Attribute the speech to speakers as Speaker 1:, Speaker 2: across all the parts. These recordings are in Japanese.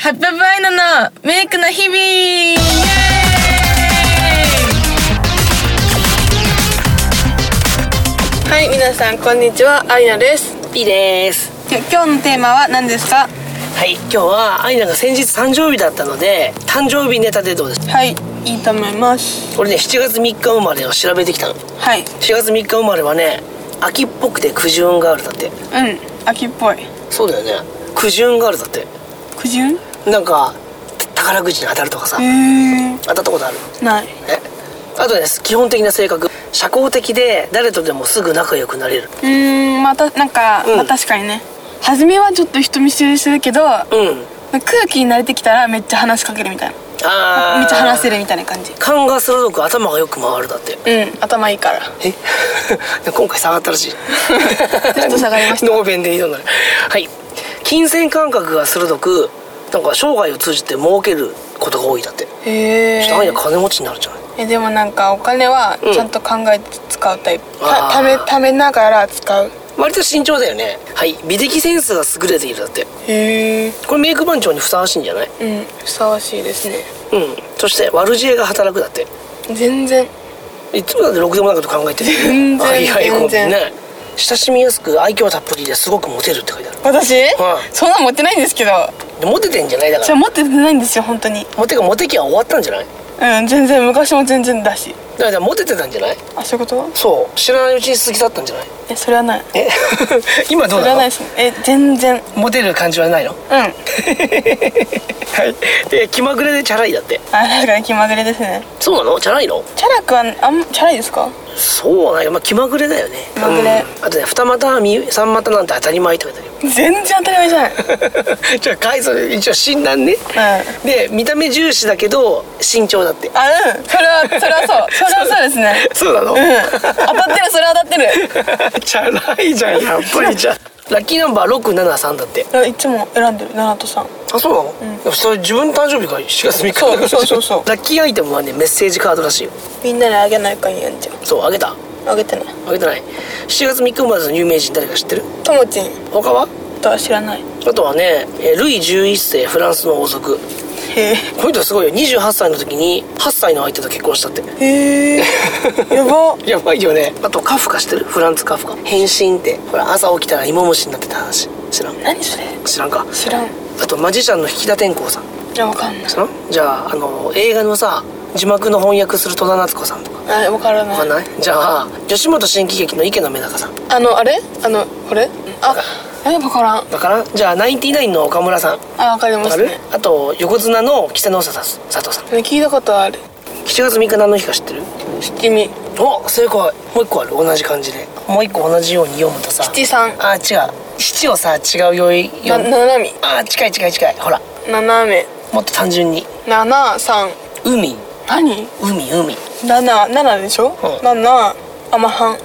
Speaker 1: ハッピーバイナのメイクの日々イエーイはい、皆さんこんにちは、アイナです
Speaker 2: ピーです
Speaker 1: 今日のテーマは何ですか
Speaker 2: はい今日はアイナが先日誕生日だったので誕生日ネタでどうですか
Speaker 1: はい、いいと思います
Speaker 2: 俺ね7月3日生まれを調べてきたの4
Speaker 1: はい、
Speaker 2: 月3日生まれはね秋っぽくて苦順ガールだって
Speaker 1: うん、秋っぽい
Speaker 2: そうだよね苦順ガールだって
Speaker 1: 苦順
Speaker 2: なんか宝くじに当たるとかさ
Speaker 1: えー、
Speaker 2: 当たったことある
Speaker 1: ない
Speaker 2: えあとです基本的な性格社交的で誰とでもすぐ仲良くなれる
Speaker 1: うーん、また、なんか、
Speaker 2: うん
Speaker 1: まあ確かにね初めはちょっと人見知りするけど
Speaker 2: うん
Speaker 1: 空気に慣れてきたらめっちゃ話しかけるみたいな
Speaker 2: ああ
Speaker 1: めっちゃ話せるみたいな感じ
Speaker 2: 勘が鋭く頭がよく回るだって
Speaker 1: うん、頭いいから
Speaker 2: え 今回下がったらしい
Speaker 1: ちょっと下がりました
Speaker 2: ノーベンで挑んだはい金銭感覚が鋭くなんか生涯を通じて儲けることが多いだって
Speaker 1: へえ
Speaker 2: ちょっとあいな金持ちになるんじゃない
Speaker 1: えでもなんかお金は
Speaker 2: うん
Speaker 1: ちゃんと考えて使うタイプ、た
Speaker 2: あー
Speaker 1: ためためながら使う
Speaker 2: 割と慎重だよねはい美的センスが優れているだって
Speaker 1: へえ
Speaker 2: これメイク番長にふさわしいんじゃない
Speaker 1: うんふさわしいですね
Speaker 2: うんそして悪知恵が働くだって
Speaker 1: 全然
Speaker 2: いつもだってろくでもないこと考えてるよね
Speaker 1: 全然
Speaker 2: あいやいや
Speaker 1: 全然
Speaker 2: こうね親しみやすく愛嬌たっぷりですごくモテるって書いてある
Speaker 1: 私、
Speaker 2: はい
Speaker 1: そんな持ってないんですけど
Speaker 2: でモテてんじゃないだか
Speaker 1: それ
Speaker 2: ら
Speaker 1: 持ってないんですよ本当に
Speaker 2: モテがモテ期は終わったんじゃない
Speaker 1: うん全然昔も全然だし
Speaker 2: だからだからモテてたんじゃない
Speaker 1: あそういうこと
Speaker 2: そう知らないうちに過ぎ去ったんじゃない
Speaker 1: えそれはない
Speaker 2: え 今ど
Speaker 1: そうれは
Speaker 2: な
Speaker 1: ない
Speaker 2: の
Speaker 1: ですねえ全然うん
Speaker 2: モテる感じは ないの
Speaker 1: あ
Speaker 2: はいで気まぐれでチャラいだって
Speaker 1: 確かに気まぐれですね
Speaker 2: そうなのチャラいの
Speaker 1: チャラくはあんチャラいですか
Speaker 2: そうはないまあ気まぐれだよね
Speaker 1: 気まぐれ
Speaker 2: うんあとね二股三三股なんて当たり前って書いてあるよ
Speaker 1: 全然当たり前じゃない
Speaker 2: じゃあ解散一応診断ね
Speaker 1: うん
Speaker 2: で見た目重視だけど慎重だって
Speaker 1: あうんそれはそれはそうそれはそうですね
Speaker 2: そうなの、
Speaker 1: うん当たってるそれは当たってる
Speaker 2: チャラいじゃんやっぱりじゃ ラッキーナンバー673だって
Speaker 1: あいつも選んでる7と3
Speaker 2: あそうなの、でもそれ自分の誕生日から4月3日
Speaker 1: そうそうそうそう
Speaker 2: ラッキーアイテムはねメッセージカードらしいよ
Speaker 1: みんなにあげないかにやんじゃ
Speaker 2: そうあげた
Speaker 1: んあげてない
Speaker 2: あげてない7月3日生まれの有名人誰か知ってる
Speaker 1: ともちん
Speaker 2: 他は
Speaker 1: とは知らない
Speaker 2: あとはねえールイ11世フランスの王族
Speaker 1: へ
Speaker 2: この人すごいよ28歳の時に8歳の相手と結婚したって
Speaker 1: えへえやば
Speaker 2: やばいよねあとカフカ知ってるフランツカフカ変身ってほら朝起きたら芋虫になってた話知らん
Speaker 1: 何それ
Speaker 2: 知らんか
Speaker 1: 知らんい
Speaker 2: あとマジシャンの引田天功さん
Speaker 1: やわかんない
Speaker 2: 知らんじゃああの映画のさ字幕の翻訳する戸田夏子さんとか
Speaker 1: あわから
Speaker 2: わかん
Speaker 1: な
Speaker 2: な
Speaker 1: い
Speaker 2: いじゃあ吉本新喜劇の池野メダカさん
Speaker 1: あのあれあのこれあえわからん
Speaker 2: わからんじゃあナインティナインの岡村さん
Speaker 1: あわかりま
Speaker 2: わか
Speaker 1: す
Speaker 2: る
Speaker 1: ね
Speaker 2: あと横綱の稀勢の佐藤佐藤さん
Speaker 1: ね聞いたことある
Speaker 2: 7月3日何の日か知ってる
Speaker 1: 七味
Speaker 2: お正解もう一個ある同じ漢字でもう一個同じように読むとさ
Speaker 1: 七三
Speaker 2: あ違う七をさ違うように
Speaker 1: な
Speaker 2: 読む
Speaker 1: 七味
Speaker 2: あ近い近い近いほら
Speaker 1: 斜め
Speaker 2: もっと単純に
Speaker 1: 七三
Speaker 2: 海
Speaker 1: 何
Speaker 2: 海海
Speaker 1: 七七でしょ
Speaker 2: うん
Speaker 1: 七あまはん
Speaker 2: 違う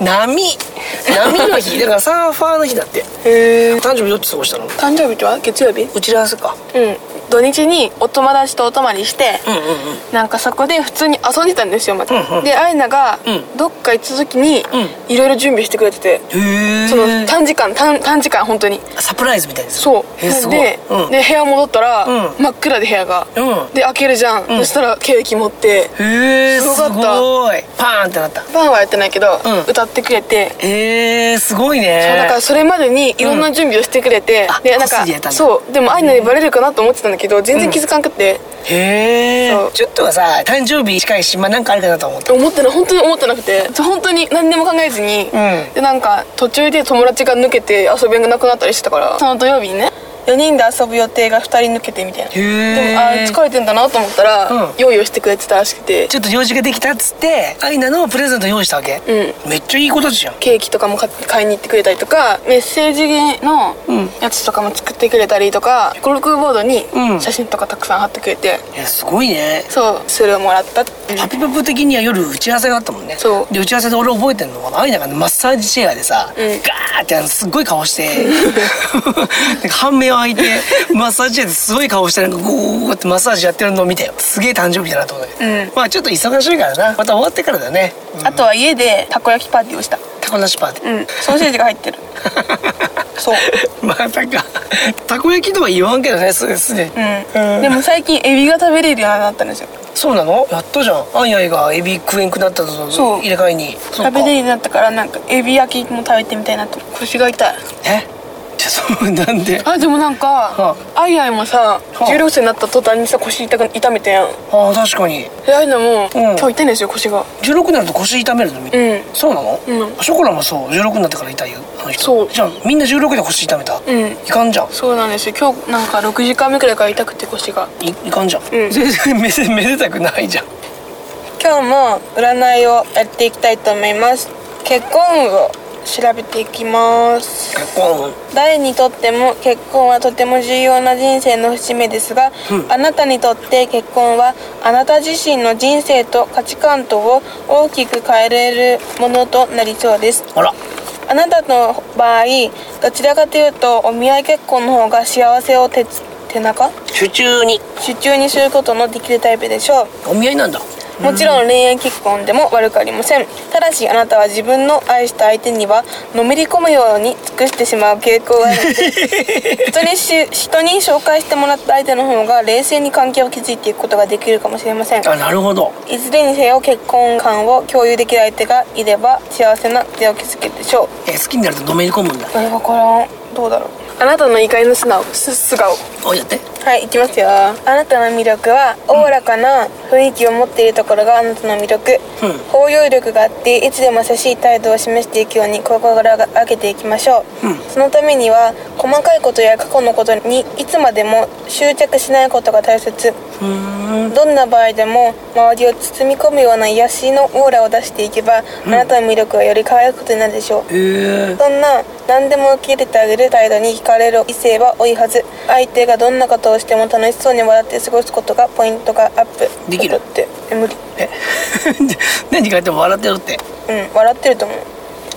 Speaker 2: 波波の日だからサーファーの日だって
Speaker 1: へえ
Speaker 2: 誕生日どっち過ごしたの
Speaker 1: 誕生日っては月曜日
Speaker 2: うちらはすか
Speaker 1: うん土日にお友達とお泊まりして、
Speaker 2: うんうんうん
Speaker 1: なんかそこで普通に遊んでたんですよまた、
Speaker 2: うんうん
Speaker 1: でアイナが
Speaker 2: うん
Speaker 1: どっか行った時に
Speaker 2: う
Speaker 1: いろいろ準備してくれてて、
Speaker 2: へえ
Speaker 1: その短時間短短時間本当に
Speaker 2: サプライズみたいです
Speaker 1: そう
Speaker 2: へえすごい
Speaker 1: で,、
Speaker 2: うん
Speaker 1: で部屋戻ったら、
Speaker 2: うん
Speaker 1: 真っ暗で部屋が、
Speaker 2: うん
Speaker 1: で開けるじゃん、
Speaker 2: ん
Speaker 1: そしたらケーキ持って
Speaker 2: へえす
Speaker 1: すごかった
Speaker 2: ごいパーンってなった
Speaker 1: パンはやってないけど、
Speaker 2: うん
Speaker 1: 歌ってくれて
Speaker 2: へえすごい
Speaker 1: そうだ
Speaker 2: ね
Speaker 1: からそれまでにいろんな準備をしてくれて、
Speaker 2: うんあ
Speaker 1: でなん
Speaker 2: 小
Speaker 1: か
Speaker 2: 杉やったんだ
Speaker 1: そうでもアイナにバレるかなと思ってたんだけど全然気づかんくて、
Speaker 2: へ
Speaker 1: そ
Speaker 2: え
Speaker 1: う
Speaker 2: ちょっとはさ誕生日近いしまあなんかあるかなと思った
Speaker 1: 思ってない本当に思ってなくて本当に何にも考えずに、
Speaker 2: ん
Speaker 1: でなんか途中で友達が抜けて遊びがなくなったりしてたからその土曜日にね4人で遊ぶ予定が2人抜けてみたいなで
Speaker 2: へ
Speaker 1: もあ
Speaker 2: え
Speaker 1: ー疲れてんだなと思ったら、
Speaker 2: うん
Speaker 1: 用意をしてくれてたらしくて
Speaker 2: ちょっと用事ができたっつってアイナのプレゼント用意したわけ
Speaker 1: う
Speaker 2: めっちゃいいことじゃん
Speaker 1: ケーキとかも買買いに行ってくれたりとかメッセージの
Speaker 2: うん
Speaker 1: やつとかも作ってくれたりとかゴルフボードに
Speaker 2: うん
Speaker 1: 写真とかたくさん貼ってくれて、
Speaker 2: いやすごいね
Speaker 1: そうそれをもらった、
Speaker 2: パピパプ的には夜打ち合わせがあったもんね
Speaker 1: そう
Speaker 2: で打ち合わせで俺覚えてんのはアイナがマッサージチェアでさ、
Speaker 1: うん
Speaker 2: ガーってあのすっごい顔して なんか半目を開いてマッサージチェアですごい顔してなんかゴーゴーってマッサージやってるのを見てすげえ誕生日だなと思ったけど、
Speaker 1: うん
Speaker 2: まあちょっと忙しいからなまた終わってからだね
Speaker 1: あとは家でたこ焼きパーティーをした
Speaker 2: タコなしパーティー
Speaker 1: うんソーセージが入ってるそう
Speaker 2: またかたこ焼きとは言わんけどねそうですね
Speaker 1: うん、でも最近エビが食べれるようになったんですよ
Speaker 2: そうなのやっとじゃんあんやいがエビ食えんくなったと
Speaker 1: そう
Speaker 2: 入れ替えにそう
Speaker 1: 食べれるようになったからなんかエビ焼きも食べてみたいなと腰が痛い
Speaker 2: えじゃそうなんで
Speaker 1: あでもなんか
Speaker 2: は
Speaker 1: あいあいもさ
Speaker 2: あ
Speaker 1: 16歳になった途端にさ腰痛く痛めてやん
Speaker 2: ああ確かに
Speaker 1: でああいうのも、
Speaker 2: うん
Speaker 1: 今日痛いんですよ腰が
Speaker 2: 16になると腰痛めるのみ、
Speaker 1: うん
Speaker 2: そうなの、
Speaker 1: うん
Speaker 2: ショコラもそう16になってから痛いよあの人
Speaker 1: そう
Speaker 2: じゃあみんな16で腰痛めた、
Speaker 1: うん
Speaker 2: いかんじゃん
Speaker 1: そうなんですよ今日なんか6時間目くらいから痛くて腰が
Speaker 2: いいかんじゃん、全
Speaker 1: ん
Speaker 2: 然 めでめでたくないじゃん
Speaker 1: 今日も占いをやっていきたいと思います結婚運を調べていきます
Speaker 2: 結婚
Speaker 1: 誰にとっても結婚はとても重要な人生の節目ですが、
Speaker 2: うん
Speaker 1: あなたにとって結婚はあなた自身の人生と価値観とを大きく変えられるものとなりそうです
Speaker 2: あら
Speaker 1: あなたの場合どちらかというとお見合い結婚の方が幸せを手つ手中
Speaker 2: 手中に
Speaker 1: 手中にすることのできるタイプでしょう
Speaker 2: お見合いなんだ
Speaker 1: もちろん恋愛結婚でも悪くありませんただしあなたは自分の愛した相手にはのめり込むように尽くしてしまう傾向があるので人にし人に紹介してもらった相手の方が冷静に関係を築いていくことができるかもしれません
Speaker 2: あなるほど
Speaker 1: いずれにせよ結婚観を共有できる相手がいれば幸せな出を築けるでしょう
Speaker 2: え好きになるとのめり込むんだ
Speaker 1: これ分からんどうだろうあなたの意外の素直す素顔
Speaker 2: おやって
Speaker 1: はい、いきますよ。あなたの魅力は、おおらかな雰囲気を持っているところがあなたの魅力。
Speaker 2: うん
Speaker 1: 包容力があって、いつでも優しい態度を示していくように心がけていきましょう。
Speaker 2: うん
Speaker 1: そのためには、細かいことや過去のことにいつまでも執着しないことが大切。
Speaker 2: うーん
Speaker 1: どんな場合でも、周りを包み込むような癒しのオーラを出していけば、あなたの魅力はより輝くことになるでしょう。
Speaker 2: えー、
Speaker 1: そんな何でも受け入れてあげる態度に惹かれる異性は多いはず相手がどんなことをしても楽しそうに笑って過ごすことがポイントがアップ
Speaker 2: できる
Speaker 1: ことってえ無理
Speaker 2: え 何かっても笑ってるって
Speaker 1: うん笑ってると思う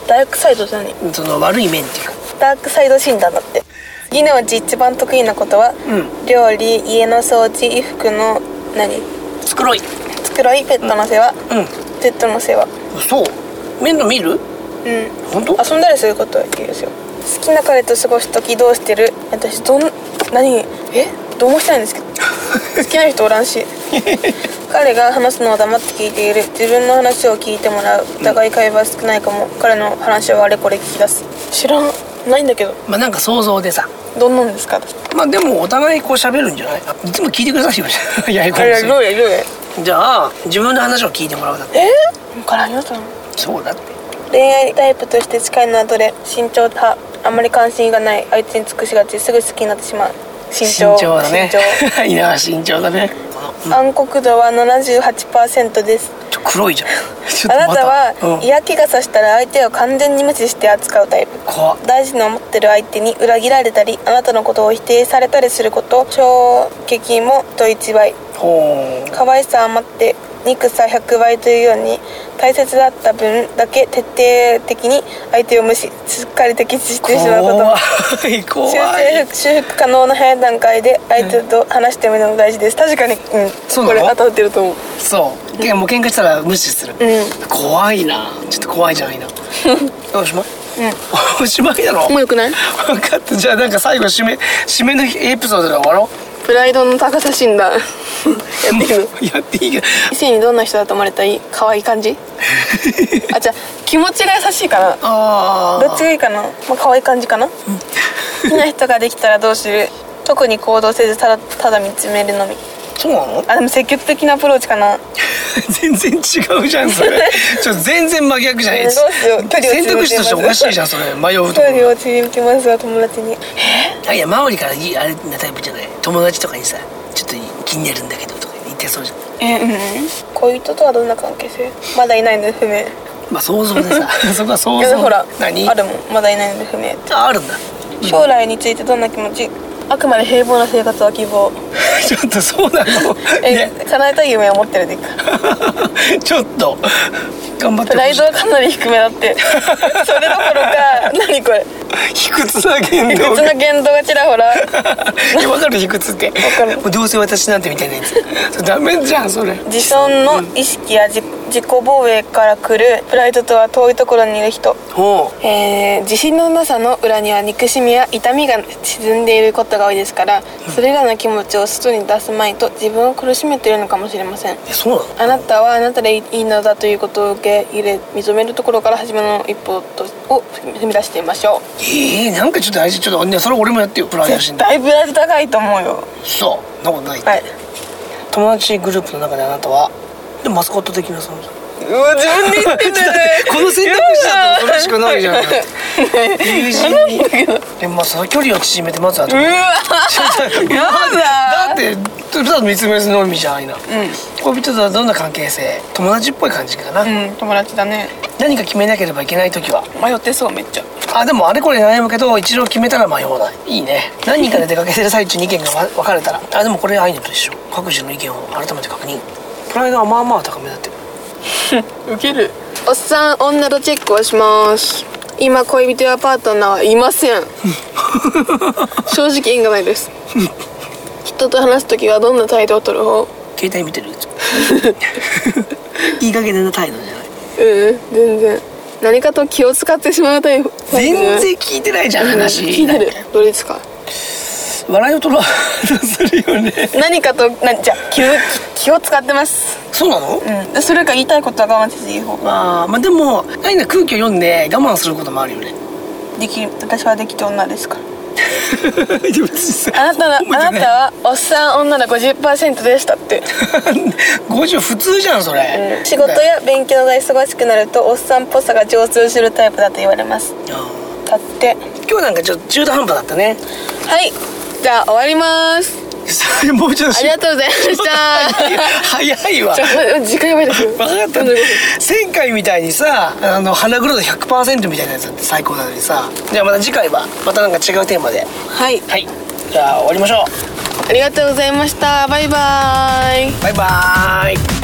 Speaker 1: ダークサイドじゃ何
Speaker 2: その悪い面っていうか
Speaker 1: ダークサイド診断だって次のうち一番得意なこと
Speaker 2: う
Speaker 1: は、料理家の掃除衣服の何
Speaker 2: 繕い
Speaker 1: 繕いペットの世話、
Speaker 2: う
Speaker 1: ペットの世話
Speaker 2: んそう面倒見る
Speaker 1: うん
Speaker 2: 本当
Speaker 1: 遊んだりすることは言うんですよ好きな彼と過ごす時どうしてる私どん何えどうもしてないんで すけど好きな人おらんし彼が話すのを黙って聞いている自分の話を聞いてもらうお互い会話少ないかも、彼の話をあれこれ聞き出す知らんないんだけど
Speaker 2: まあなんか想像でさ
Speaker 1: どんなんですか私
Speaker 2: まあでもお互いこう喋るんじゃないいつも聞いてくださいよ ややこ
Speaker 1: あれ
Speaker 2: し
Speaker 1: や
Speaker 2: い
Speaker 1: ろうやろうや
Speaker 2: じゃあ自分の話を聞いてもらうだって
Speaker 1: えー、からあります
Speaker 2: そうだって
Speaker 1: 恋愛タイプとして近いのはどれ慎重派あんまり関心がない相手に尽くしがちすぐ好きになってしまう慎重
Speaker 2: 慎重だね
Speaker 1: 慎重
Speaker 2: いや慎重 だねうん
Speaker 1: 暗黒度は78%です
Speaker 2: ちょ黒いじゃんちょ
Speaker 1: あ
Speaker 2: っ
Speaker 1: な
Speaker 2: とま
Speaker 1: た
Speaker 2: う
Speaker 1: は
Speaker 2: ん、
Speaker 1: 嫌気がさしたら相手を完全に無視して扱うタイプ
Speaker 2: 怖っ
Speaker 1: 大事に思ってる相手に裏切られたりあなたのことを否定されたりすること衝撃も人一倍
Speaker 2: ほう
Speaker 1: 可愛さ余って憎さ100倍というように大切だった分だけ徹底的に相手を無視すっかり敵視してしまうことも
Speaker 2: 怖い 怖
Speaker 1: 修
Speaker 2: い
Speaker 1: 正修復可能な早い段階で相手と話してみるのも大事です確かに、うん、
Speaker 2: そうな
Speaker 1: これ
Speaker 2: の
Speaker 1: 当たってると思う
Speaker 2: そうけもう喧嘩したら無視する、
Speaker 1: ん
Speaker 2: 怖いなちょっと怖いじゃない なおしまい、 うん、おしまいだろ
Speaker 1: もうよくない
Speaker 2: 分かったじゃあなんか最後締め締めのエピソードで終わろ
Speaker 1: プライドの高さ診断やっていくの
Speaker 2: う やっていいけど
Speaker 1: 異性にどんな人だと思われたい可愛い感じあじゃあ気持ちが優しいかな
Speaker 2: あ
Speaker 1: どっちがいいかなまあ可愛い感じかな好きな人ができたらどうする特に行動せずただただ見つめるのみ
Speaker 2: そうなの
Speaker 1: あでも積極的なアプローチかな
Speaker 2: 全然違うじゃんそ れちょ全然真逆じゃない
Speaker 1: どうしよう距離を
Speaker 2: 選択肢としておかしいじゃんそれ迷うとこ
Speaker 1: 距離を縮めてますわ友達に
Speaker 2: ろいや周りからいいあれなタイプじゃない友達とかにさちょっと気になるんだけどとか言ってそうじゃん
Speaker 1: えうん恋人とはどんな関係性まだいないので不明
Speaker 2: まあ想像でさ そこは想
Speaker 1: いや
Speaker 2: 像
Speaker 1: ほら
Speaker 2: 何
Speaker 1: あるもんまだいないので不明
Speaker 2: ああるんだ
Speaker 1: 将来についてどんな気持ちあくまで平凡な生活は希望
Speaker 2: ちょっとそうなの
Speaker 1: え、
Speaker 2: ね
Speaker 1: 叶えたい夢を持ってるでいいか
Speaker 2: ちょっと頑張って
Speaker 1: プ
Speaker 2: ほ
Speaker 1: ラ
Speaker 2: し
Speaker 1: イ
Speaker 2: い
Speaker 1: ドはかなり低めだってそれどころか何これ
Speaker 2: 卑屈な言
Speaker 1: 別
Speaker 2: 動が
Speaker 1: の言動がちらほら
Speaker 2: いやわかる卑屈って
Speaker 1: かる
Speaker 2: もうどうせ私なんてみたいなやつそれダメじゃんそれ
Speaker 1: 自尊の意識や自自己防衛から来るプライドとは遠いところにいる人
Speaker 2: ほう
Speaker 1: えー自信のなさの裏には憎しみや痛みが沈んでいることが多いですからそれらの気持ちを外に出すまいと自分を苦しめているのかもしれません
Speaker 2: えそうなの
Speaker 1: あなたはあなたでいいのだということを受け入れ認めるところから始めの一歩とを踏み出してみましょ
Speaker 2: えー、なんかちょっと大事ちょっとねそれ俺もやってよプライ
Speaker 1: う
Speaker 2: ドの心
Speaker 1: 絶
Speaker 2: 理
Speaker 1: 対ブライド高いと思うよ
Speaker 2: そうそんなことない、
Speaker 1: はい
Speaker 2: 友達グループの中であなたはでマスコット的な存在
Speaker 1: うわ自分で言ってんだよね
Speaker 2: この選択肢だったら楽しくないじゃん
Speaker 1: うわ
Speaker 2: 友人にでもまあその距離を縮めてまずはだ
Speaker 1: やだ
Speaker 2: ってただ見つめるのみじゃないな恋人とはどんな関係性友達っぽい感じかな、
Speaker 1: うん、うん、友達だね
Speaker 2: 何か決めなければいけない時は
Speaker 1: 迷ってそうめっちゃ
Speaker 2: あでもあれこれ悩むけど一度決めたら迷わないいいね何人かで出かけてる最中に意見がわ分かれたらあでもこれアイヌと一緒各自の意見を改めて確認プライドはまあまあ高めだって
Speaker 1: ウケるおっさん女とチェックをします今恋人やパートナーはいませ ん正直縁がないです人と話す時はどんな態度を取る方
Speaker 2: 携帯見てるいい加減な態度じゃない
Speaker 1: うん全然何かと気を使ってしまうタイプ
Speaker 2: 全然聞いてないじゃん話
Speaker 1: 聞いてるどれですか
Speaker 2: 笑いを取ろうとするよね
Speaker 1: 何かとなじゃあ気を気を使ってます
Speaker 2: そうなの、
Speaker 1: うんそれか言いたいことは我慢せず言う方が
Speaker 2: まあまあでもアイナ空気を読んで我慢することもあるよね
Speaker 1: できる私はできた女ですから
Speaker 2: でも実際
Speaker 1: あなた
Speaker 2: 褒め
Speaker 1: のあ
Speaker 2: て
Speaker 1: なたはおっさん女の50%でし たって
Speaker 2: ない50普通じゃんそれ、
Speaker 1: 仕事や勉強が忙しくなるとおっさんっぽさが上通するタイプだと言われます
Speaker 2: うん
Speaker 1: だって
Speaker 2: 今日なんかちょっと中途半端だったね
Speaker 1: はいじゃあ終わります
Speaker 2: それもうちょっと
Speaker 1: ありがとうございました
Speaker 2: 早いわ
Speaker 1: じゃあ 時間やばい ですよ
Speaker 2: 分かった
Speaker 1: うん
Speaker 2: 前回みたいにさあの花黒度100%みたいなやつだって最高なのにさじゃあまた次回はまたなんか違うテーマで
Speaker 1: はい
Speaker 2: はいじゃあ終わりましょ
Speaker 1: ありがとうございましたバイバイ
Speaker 2: うバイバーイ